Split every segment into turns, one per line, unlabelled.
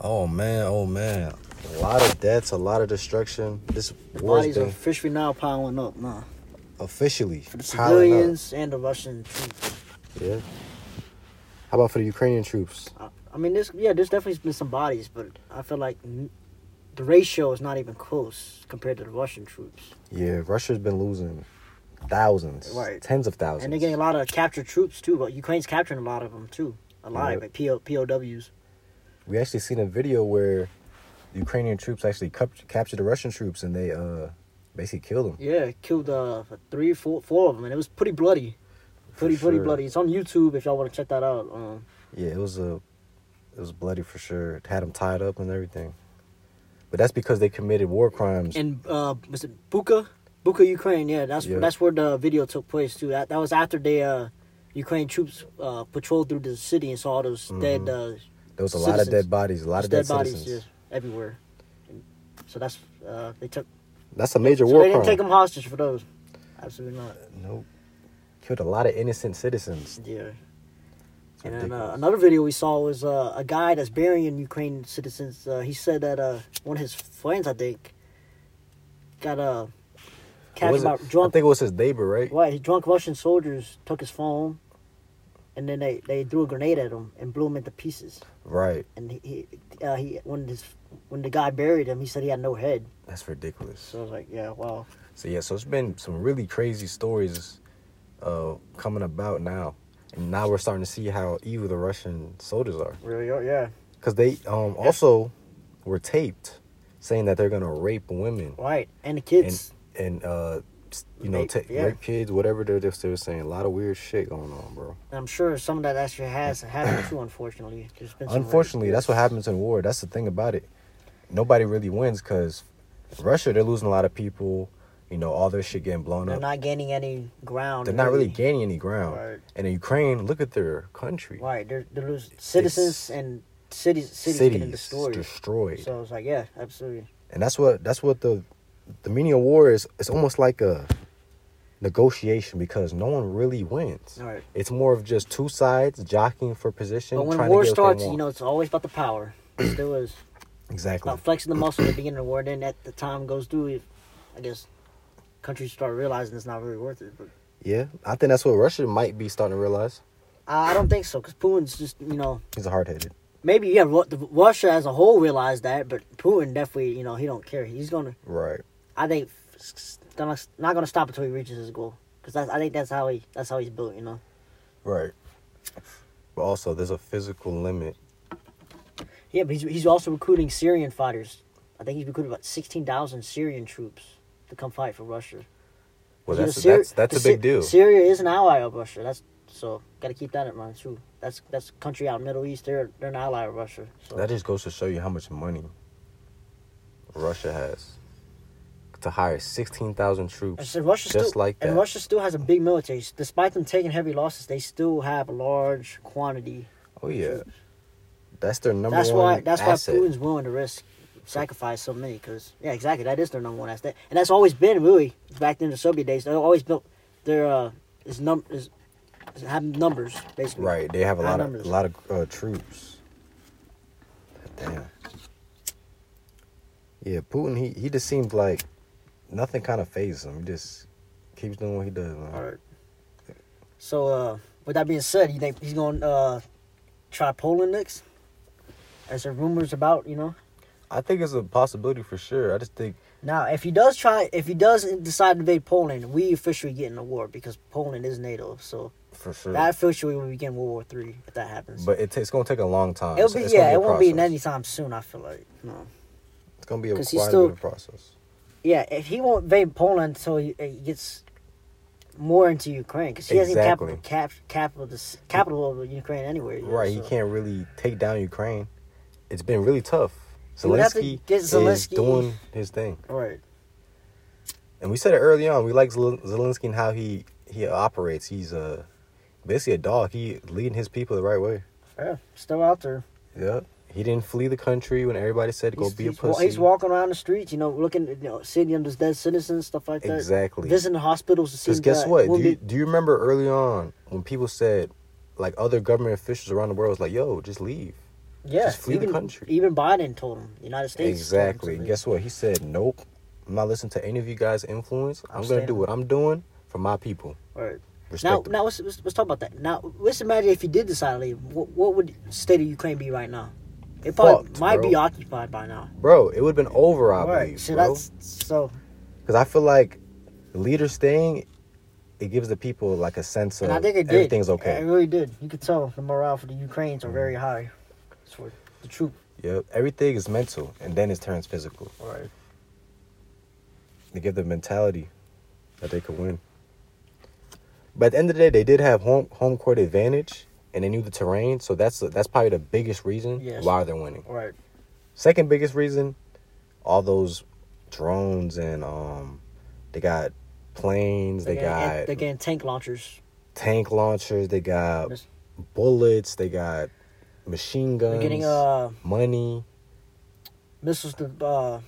Oh man, oh man. A lot of deaths, a lot of destruction. This war
Bodies
is
are
been
officially now piling up, nah.
officially
For the
piling up.
civilians and the Russian troops.
Yeah. How about for the Ukrainian troops?
I, I mean, this yeah, there's definitely been some bodies, but I feel like n- the ratio is not even close compared to the Russian troops.
Yeah, Russia's been losing thousands,
Right.
tens of thousands.
And they're getting a lot of captured troops too, but Ukraine's capturing a lot of them too. A lot
Yep.
of it, PO, POWs.
we actually seen a video where Ukrainian troops actually cup- captured the Russian troops and they uh basically killed them.
Yeah, killed uh, three, four, four of them, and it was pretty bloody. Pretty, pretty
sure.
bloody. It's on YouTube if y'all want to check that out. Um,
Yeah, it was a it was bloody for sure. It had them tied up and everything. But that's because they committed war crimes.
and uh, was it Buka? Buka, Ukraine. Yeah, that's
Yeah.
that's where the video took place too. That that was after they uh, Ukraine troops uh, patrolled through the city and saw all those dead uh,
there was Mm-hmm. a lot of
citizens.
dead bodies, a lot of dead,
dead bodies
citizens.
yeah, everywhere. And so that's uh, they took.
That's a major
so
war
they didn't
crime.
take them hostage for those. Absolutely not.
Nope. Killed a lot of innocent citizens.
Yeah.
It's
And then uh,
ridiculous.
another video we saw was uh, a guy that's burying Ukrainian citizens. Uh, he said that uh, one of his friends, I think, got uh,
What
captured
was it?
by drunk.
I think it was his neighbor, right?
Right, he drunk Russian soldiers took his phone, and then they, they threw a grenade at him and blew him into pieces.
Right.
And he, he, uh, he when his when the guy buried him, he said he had no head.
That's ridiculous.
So I was like, yeah, wow.
So yeah, so it's been some really crazy stories uh, coming about now, and now we're starting to see how evil the Russian soldiers are,
Really? Oh, yeah.
because they um, also were taped saying that they're gonna rape women
Right. And the kids.
and and uh, s- you know
Rape,
ta-
yeah.
rape kids, whatever they're just they're saying. A lot of weird shit going on, bro.
I'm sure some of that actually has happened too, unfortunately. There's been some
Unfortunately,
rape.
that's what happens in war. That's the thing about it. Nobody really wins because Russia they're losing a lot of people. You know, all their shit getting blown
They're
up.
not gaining any ground.
They're not really gaining any ground.
Right.
And in Ukraine, look at their country.
Right. They're, they're losing citizens and cities, cities, getting destroyed.
destroyed.
So I was like, yeah, absolutely.
And that's what that's what the the meaning of war is. It's almost like a negotiation because no one really wins.
Right.
It's more of just two sides jockeying for position.
But when
trying
war
to get what they
starts, you
want.
know, it's always about the power. It still is.
exactly.
about flexing the muscle at the beginning of the war. Then at the time goes through, if, I guess countries start realizing it's not really worth it. But
Yeah, I think that's what Russia might be starting to realize.
I I don't think so because Putin's just you know
He's a hard headed.
maybe yeah Ru- the, Russia as a whole realized that, but Putin definitely you know he don't care. He's gonna
Right.
I think s- s- gonna not gonna stop until he reaches his goal because I think that's how he that's how he's built. You know.
Right. But also, there's a physical limit.
Yeah, but he's he's also recruiting Syrian fighters. I think he's recruited about sixteen thousand Syrian troops to come fight for Russia.
Well,
You know,
that's
Syri-
that's that's a
the Sy-
big deal.
Syria is an ally of Russia. That's so got to keep that in mind too. That's that's a country out in the Middle East. They're they're an ally of Russia. So.
That just goes to show you how much money Russia has to hire 16,000
And
troops
so Russia
just
still,
like that.
And Russia still has a big military. Despite them taking heavy losses, they still have a large quantity.
oh yeah. That's their number
That's
one
why that's
asset.
why Putin's willing to risk sacrifice so many. Because yeah, exactly. That is their number one asset, and that's always been really back in the Soviet days. They always built their uh is num is, is have numbers basically.
Right, they have a
High
lot of
numbers.
a lot of uh, troops. Damn. Yeah, Putin he he just seems like nothing kind of phases him. He just keeps doing what he does, man.
All right. So, uh, with that being said, you think he's going to uh, try Poland next? As there rumors about, you know.
I think it's a possibility for sure. I just think
Now, if he does try, if he does decide to invade Poland, we officially get in a war because Poland is NATO. So
for sure.
that officially will begin World War Three if that happens.
But it ta- it's gonna take a long time.
it'll
So
be
it's gonna
yeah, it
a
won't be in
process.
any time soon. I feel like no.
It's gonna be a
'Cause he's
quite a
still-
bit of process.
Yeah, if he won't invade Poland until he, he gets more into Ukraine because he hasn't even
Exactly.
cap, cap, capital the s- capital of Ukraine anyway. yet,
Right, he
so.
can't really take down Ukraine. It's been really tough.
He would have to
Zelensky,
get
is
Zelensky-
doing his thing,
Right.
and we said it early on. We like Zel- Zelensky and how he he operates. He's uh, basically a dog. He leading his people the right way.
Yeah, still out there.
Yeah, he didn't flee the country when everybody said go
he's,
be a
he's wa-
pussy.
he's walking around the streets, you know, looking, you know, seeing them as dead citizens, stuff like that.
Exactly.
Visiting hospitals to see.
Because guess
that
what? Do you,
wounded-
do you remember early on when people said, like other government officials around the world was like, "Yo, just leave."
Yeah,
Just flee the
even,
country.
Even Biden told him, the United States. told him to
Exactly.
leave.
Guess what? He said, "Nope. I'm not listening to any of you guys' influence. I'm, gonna
staying.
do what I'm doing for my people."
Or- Now,
Respectable.
now let's, let's, let's talk about that. Now, let's imagine if you did decide to leave, what, what would the state of Ukraine be right now? It probably
Fucked,
might be
bro.
occupied by now.
bro, it would have been over. I believe,
So
bro.
that's so.
Because I feel like the leader staying, it gives the people like a sense of
and I think it did.
everything's okay.
It really did. You could tell the morale for the Ukrainians are very high. It's for the troop.
Yep. Everything is mental, and then it turns physical.
Right.
They give the mentality that they could win. But at the end of the day, they did have home home court advantage, and they knew the terrain. So that's that's probably the biggest reason
Yes.
why they're winning.
Right.
Second biggest reason, all those drones and um, they got planes, they,
getting-
got
they're getting tank launchers.
tank launchers, they got
Mis-
bullets, they got machine guns,
They're getting uh
money,
missiles to uh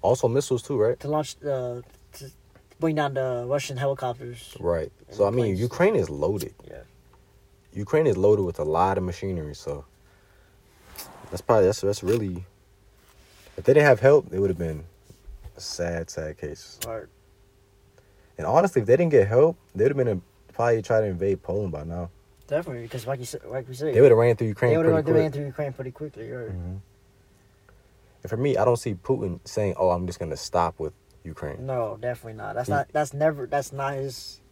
also missiles too, right?
to launch the to bring down the Russian helicopters.
Right.
And
So I mean,
planes.
Ukraine is loaded.
Yeah.
Ukraine is loaded with a lot of machinery, so that's probably that's that's really. If they didn't have help, it would have been a sad, sad case.
Right.
And honestly, if they didn't get help, they would have been a, probably try to invade Poland by now.
Definitely, because like you said, like we said,
They would have ran through
they
Ukraine
would
pretty
have
quick.
ran through Ukraine pretty quickly. Right.
Mhm. And for me, I don't see Putin saying, "Oh, I'm just gonna stop with Ukraine."
No, definitely not. That's
Mm.
not. That's never. That's not his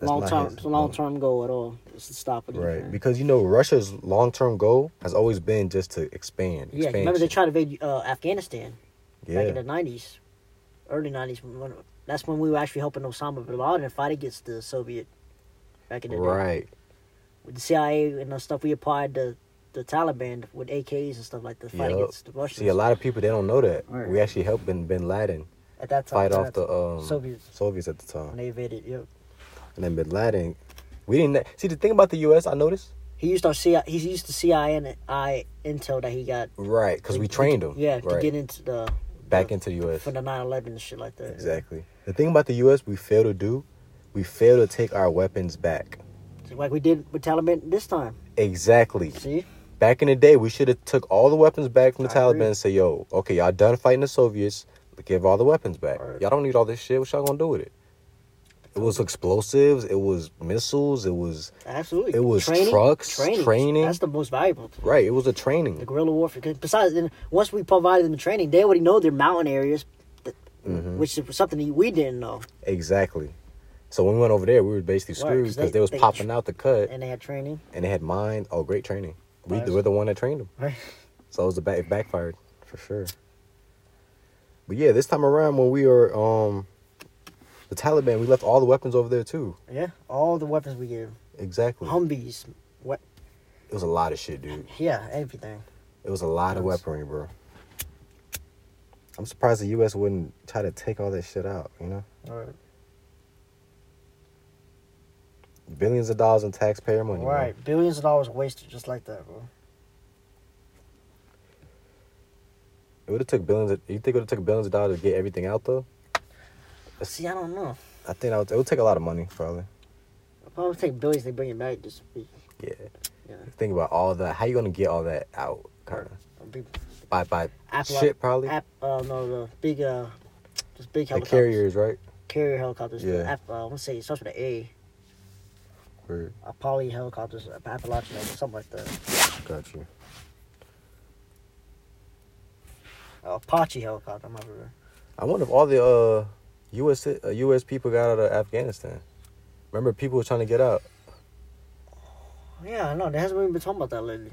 That's
long
not
term.
his-
Long term goal at all. Is to stop it.
Right, because you know Russia's long-term goal has always been just to expand.
Yeah. you Remember they
expansion.
tried to invade uh, Afghanistan back in
Yeah.
the nineties, early nineties. When, that's when we were actually helping Osama bin Laden fight against the Soviet. Back in the day.
Right.
with the CIA and the stuff we applied to the Taliban with AKs and stuff like that, fight
Yup.
against the Russians
See, a lot of people they don't know that
Right.
we actually helped Bin Bin Laden
at that time.
fight
at
off
that
the um,
time. Soviets
Soviets at the
when
time,
they invaded. Yep.
and then Bin Laden. We didn't see the thing about the U.S. I noticed.
He used our CIA. He used the CIA and I intel that he got.
Right, because
to-
we trained them.
Yeah,
right,
to get into the
back
the,
into the U.S.
from the 9-11 and shit like that.
Exactly. The thing about the U.S. we fail to do, we fail to take our weapons back.
So like we did with Taliban this time.
Exactly.
See,
Back in the day, we should have took all the weapons back from the
I
Taliban
agree.
and say, "Yo, okay, y'all done fighting the Soviets. Give all the weapons back.
Right.
Y'all don't need all this shit. What y'all gonna do with it? It was explosives. It was missiles. It was
absolutely.
It was trucks, training.
That's the most valuable.
right. It was a
The
training.
guerrilla warfare. 'Cause besides, then once we provided them the training, they already know their mountain areas, that,
Mm-hmm.
which is something we didn't know.
Exactly. So when we went over there, we were basically
Right,
screwed
'cause
because
they-
they, was
they-
popping out the cut
and they had training.
and they had mine. Oh, great training. We
Nice.
were the one that trained them.
Right.
So it was the back it backfired for sure. But yeah, this time around when we were um the Taliban, we left all the weapons over there too.
Yeah. All the weapons we gave.
Exactly.
Humvees. What?
It was a lot of shit, dude.
Yeah, everything.
It was a lot of
Guns.
weaponry, bro. I'm surprised the U.S. wouldn't try to take all that shit out. You know,
Right.
billions of dollars in taxpayer money. man.
Billions of dollars wasted just like that, bro.
It would have took billions. Of, you think it would have took billions of dollars to get everything out though?
See, I don't know.
I think that would, it would take a lot of money probably.
If I would take billions, they bring it back. Just be,
Yeah.
yeah.
Think about all that. How you gonna get all that out? Kind of
It'd be
by by
Apple-
shit probably.
App, uh, no, the big, uh, just big
the
helicopters.
carriers, right?
Carrier helicopters.
Yeah.
App, uh, I want to say it starts with an A.
Word.
Apollo helicopters, Ap- Appalachian, something like that.
Got you.
Apache helicopter, I'm not sure.
I wonder if all the uh, U.S. Uh, U.S. people got out of Afghanistan. Remember, people were trying to get out.
Yeah, I know. They hasn't really been talking about that lately.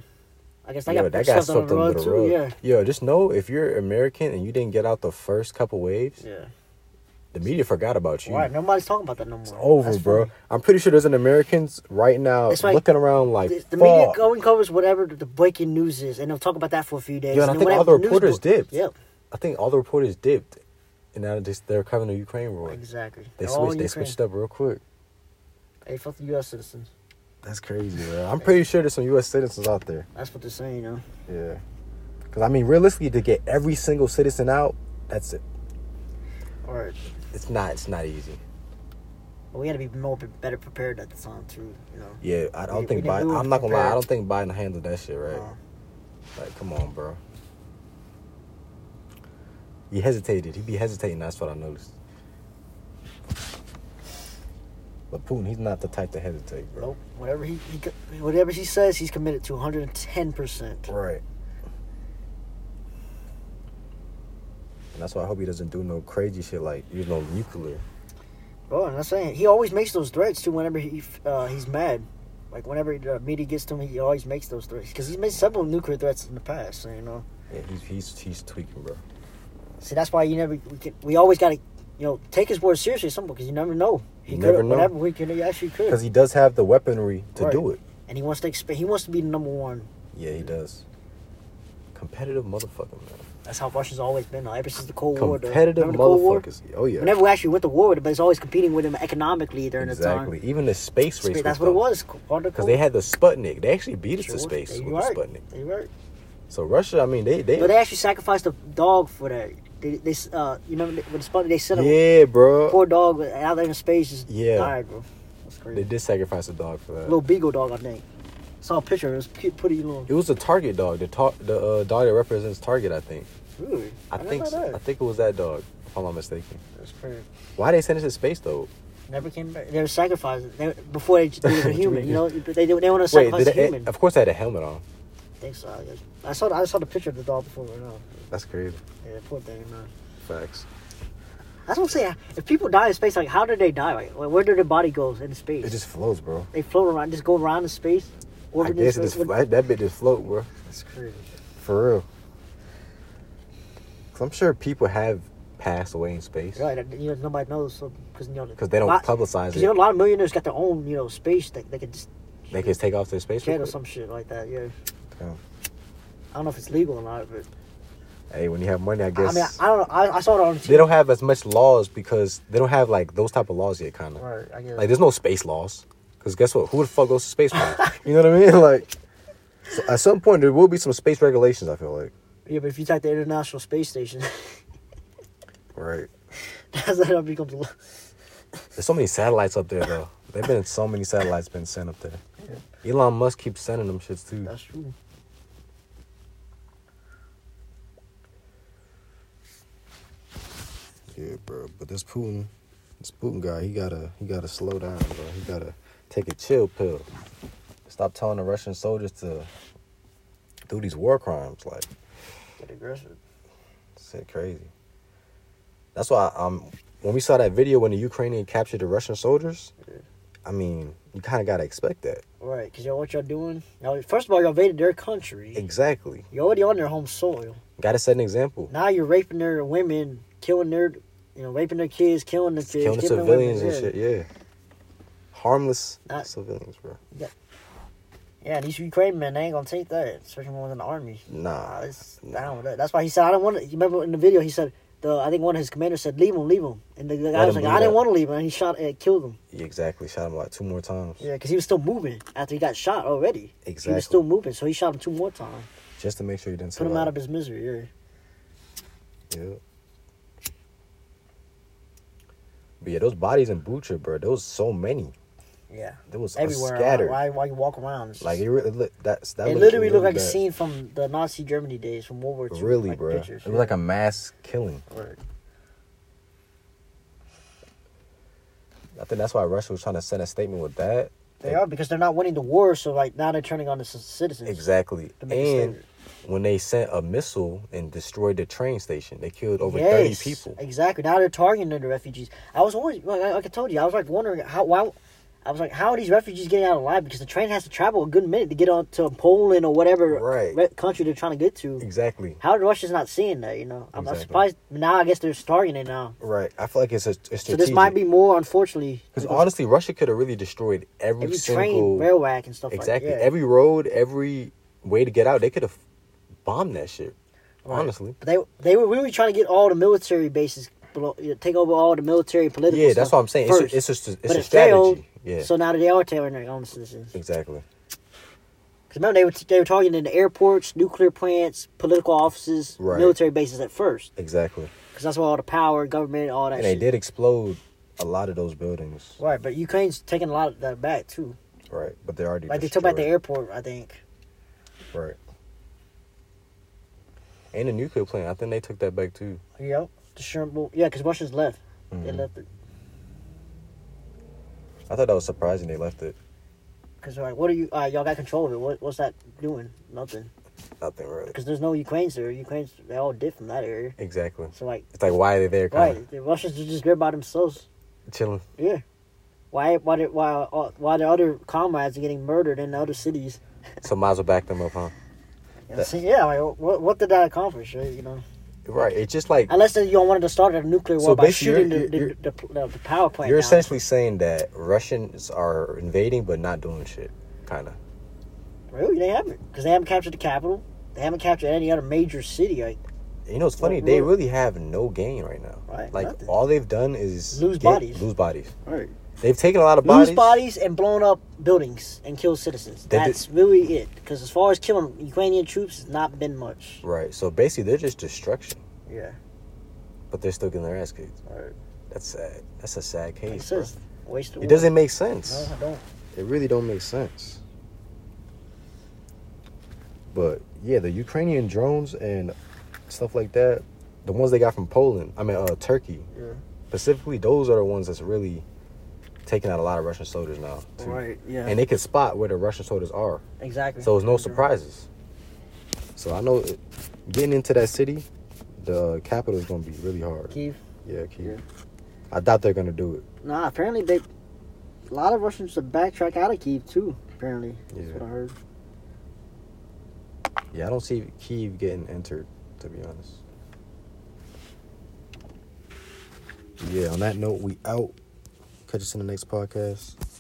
I guess I
Yo,
got
that
that
got
swept
swept
under the
under
rug,
the
too.
rug.
Yeah.
Yo, just know if you're American and you didn't get out the first couple waves,
Yeah.
the media forgot about you.
Right, nobody's talking about that no more.
It's over,
That's
bro.
funny.
I'm pretty sure there's an Americans right now
It's like-
looking around like
The, the
"Fuck."
media go and covers whatever the, the breaking news is, and they'll talk about that for a few days.
Yeah, and I
then
think all
whatever
the
news
reporters
bro-
dipped.
Yep,
I think all the reporters dipped, and now just they're covering the Ukraine war.
exactly.
They
They're all
switched.
in
They
Ukraine.
switched up real quick.
Hey, fuck the U.S. citizens.
That's crazy, bro. I'm pretty sure there's some U.S. citizens out there.
That's what they're saying, you know.
Yeah. Because I mean, realistically, to get every single citizen out, that's it.
All right,
It's not. It's not easy.
but we had to be more better prepared at the time too, you know.
Yeah, I don't
We-
think
we didn't- we
Biden.
weren't
I'm not gonna lie. I
prepared.
don't think Biden handled that shit right.
Uh,
Like, come on, bro. He hesitated. He be hesitating. That's what I noticed. But Putin, he's not the type to hesitate, bro.
Nope. Whatever he, he co- whatever he says, he's committed to 110 percent.
Right. And that's why I hope he doesn't do no crazy shit like, you know, nuclear.
Bro, I'm not saying he always makes those threats too. Whenever he uh, he's mad, like whenever the media gets to him, he always makes those threats because he's made several nuclear threats in the past. So, you know,
Yeah, he's he's he's tweaking, bro.
see that's why you never we, can, we always got to you know take his word seriously at some because you never know. He
You
could,
never know.
Whenever we could, he actually could.
Because he does have the weaponry to
Right.
do it.
and he wants to expand. He wants to be the number one.
Yeah, he does. Competitive motherfucker, man.
That's how Russia's always been. Though, ever since the Cold War. though.
Competitive
Remember the Cold War?
motherfuckers. Oh yeah.
We never actually went to war with it, but it's always competing with him economically during
exactly.
the time.
Even the space race.
Sp- That's what it was.
Because they had the Sputnik. They actually beat us to space with the Sputnik.
They were.
So Russia, I mean, they they.
But they actually sacrificed a dog for that. They, they uh, you remember they- with the Sputnik, they sent a
yeah, bro.
poor dog out there in space just
Yeah.
died, bro. That's crazy.
They did sacrifice a dog for that.
Little beagle dog, I think. Saw a picture. It was cute, pretty little.
It was the target dog. The tar- the uh, dog that represents Target, I think.
Really?
I,
didn't
think
know
so.
that.
I think it was that dog, if I'm not mistaken.
That's crazy.
Why they send us to space though?
Never came back. They were sacrificed they, before they did it for
What do you
human.
mean?
You know, they they, they want to
Wait,
sacrifice
did
a
it,
human.
of course they uh, had a helmet on.
I think so. I, guess. I saw the- I saw the picture of the dog before. You know,
That's crazy.
yeah, poor thing. You know.
Facts.
That's what I'm saying. If people die in space, like how did they die? Like where did their body go in space?
It just flows, bro.
they float around, just go around in space.
I
Orbit in
guess it
space.
just that, that bit just float, bro.
That's crazy.
For real. Cause I'm sure people have passed away in space.
Right, and, you know, nobody knows so because you know
'Cause they don't
lot-
publicize
'cause, You know,
it.
a lot of millionaires got their own you know space that they could just
They could take off their space.
jet
real
or
quick.
some shit like that. Yeah,
Yeah.
I don't know if it's legal or not, but
Hey, when you have money, I guess
I mean, I, I don't know. I, I saw it on TV.
they don't have as much laws because they don't have like those type of laws yet, kind of.
Right, I guess.
Like there's no space laws. Cause guess what? Who the fuck goes to space? with you? you know what I mean? Like, so at some point there will be some space regulations. I feel like.
yeah, but if you type the International Space Station,
Right.
that's that becomes. a-
Hmm. There's so many satellites up there though. There've been so many satellites been sent up there. Elon Musk keeps sending them shits too.
That's true.
Yeah, bro. But this Putin, this Putin guy, he gotta he gotta slow down, bro. He gotta take a chill pill. Stop telling the Russian soldiers to do these war crimes. Like,
Get aggressive.
shit, crazy. That's why um when we saw that video when the Ukrainian captured the Russian soldiers, I mean, you kind of gotta expect that.
Right, because y'all, what y'all doing? Y'all, first of all, y'all invaded their country.
Exactly.
You're already on their home soil.
Gotta set an example.
Now you're raping their women, killing their, you know, raping their kids, killing the kids,
Killing the
their
civilians
women,
and shit. Yeah. Harmless
Not-
civilians, bro.
Yeah, and these Ukraine men, they ain't gonna take that, especially when in the army.
Nah.
it's down with that. That's why he said, I don't want to. You remember in the video, he said, the I think one of his commanders said, leave him, leave him. And the, the guy
Let
was
him
like,
do
I didn't
that.
want to leave him. And he shot and killed him.
Yeah, exactly. Shot him like two more times.
Yeah, because he was still moving after he got shot already. He
Exactly.
was still moving, so he shot him two more times.
Just to make sure he didn't
Put him
survive.
out of his misery, yeah.
Yeah. But yeah, those bodies in Bucha, bro, there was so many.
Yeah.
There was
Everywhere.
Everywhere, scattered.
Why, why you walk around? It's
Like
just-
it, really look that's that.
it
looked
literally looked
really
like a
bad.
scene from the Nazi Germany days from World War II.
Really,
like
bro.
Pictures,
it was like a mass killing.
Right.
I think that's why Russia was trying to send a statement with that.
They are because they're not winning the war, so like now they're turning on the c- citizens.
Exactly.
To make a
And
statement.
when they sent a missile and destroyed the train station, they killed over
Yes,
thirty people.
Exactly. Now they're targeting the refugees. I was always like I, like I told you, I was like wondering how why I was like, how are these refugees getting out alive? Because the train has to travel a good minute to get on to Poland or whatever
Right.
re- country they're trying to get to.
Exactly.
How are Russia's not seeing that? You know, I'm,
Exactly.
I'm surprised. Now I guess they're starting it now.
Right. I feel like it's a it's strategic.
So this might be more, unfortunately,
because honestly, Russia could have really destroyed every,
every
single
train, rail rack, and stuff
Exactly.
like that. Yeah.
Every road, every way to get out, they could have bombed that shit.
Right.
Honestly.
But they they were really trying to get all the military bases, below, you know, take over all the military and political.
Yeah, that's
stuff
what I'm saying. It's a-
first.
it's a st- it's
But
a
it failed,
strategy. Yeah.
So now they are tailoring their own citizens. Because
Exactly.
remember they were they were targeting the airports, nuclear plants, political offices,
Right.
military bases at first.
Exactly.
Because that's where all the power, government, all that.
And they
shit.
did explode a lot of those buildings.
Right, but Ukraine's taking a lot of that back too.
Right. But they already
Like they took back the
destroyed.
airport, I think.
Right. and the nuclear plant. I think they took that back too.
Yep. The Chernobyl. Yeah, because Russians left.
Mm-hmm.
They left it.
I thought that was surprising they left it.
Because, like, what are you. All right, y'all got control of it. What, what's that doing? Nothing.
Nothing really.
Because there's no Ukraines there. Ukraines, they all did from that area.
Exactly.
So, like,
It's like why are they there? Kind
right. The Russians are just there by themselves.
of chilling.
Yeah. Why, why, did, why, uh, why their other comrades are getting murdered in other cities?
So Miles will back them up, huh?
You know, see, yeah, like, what, what did that accomplish? right, You know,
Right. It's just like
unless uh, you all wanted to start a nuclear war
So
by
basically,
shooting
you're-
the,
you're-
the, the, the, the power plant.
you're
down.
essentially saying that Russians are invading but not doing shit, kind of.
Really, they haven't because they haven't captured the capital. They haven't captured any other major city. Like,
You know, it's funny.
Like,
They
really-
really have no gain right now.
Right,
Like
nothing.
all they've done is
Lose
get-
bodies.
Lose bodies.
right.
They've taken a lot of
lose
bodies.
bodies and blown up buildings and kill citizens.
They did-
That's really it. Because as far as killing Ukrainian troops, it's not been much.
Right. So basically, they're just destruction,
Yeah,
but they're still getting their ass kicked.
right.
That's sad. That's a sad
It
case. bro.
says Uh-huh. waste of
It
war.
doesn't make sense.
No, I don't.
It really don't make sense. But yeah, the Ukrainian drones and stuff like that, the ones they got from Poland, I mean uh, Turkey,
Yeah.
specifically, those are the ones that's really taking out a lot of Russian soldiers now. too.
Right. Yeah.
And they can spot where the Russian soldiers are,
exactly.
so it's no surprises. So I know it, getting into that city, the capital is going to be really hard.
Kiev.
Yeah, Kiev. I doubt they're going to do it.
Nah, apparently they. A lot of Russians to backtrack out of Kiev too. Apparently, that's
Yeah.
what I heard.
Yeah, I don't see Kiev getting entered, to be honest. Yeah, on that note, we out. Catch us in the next podcast.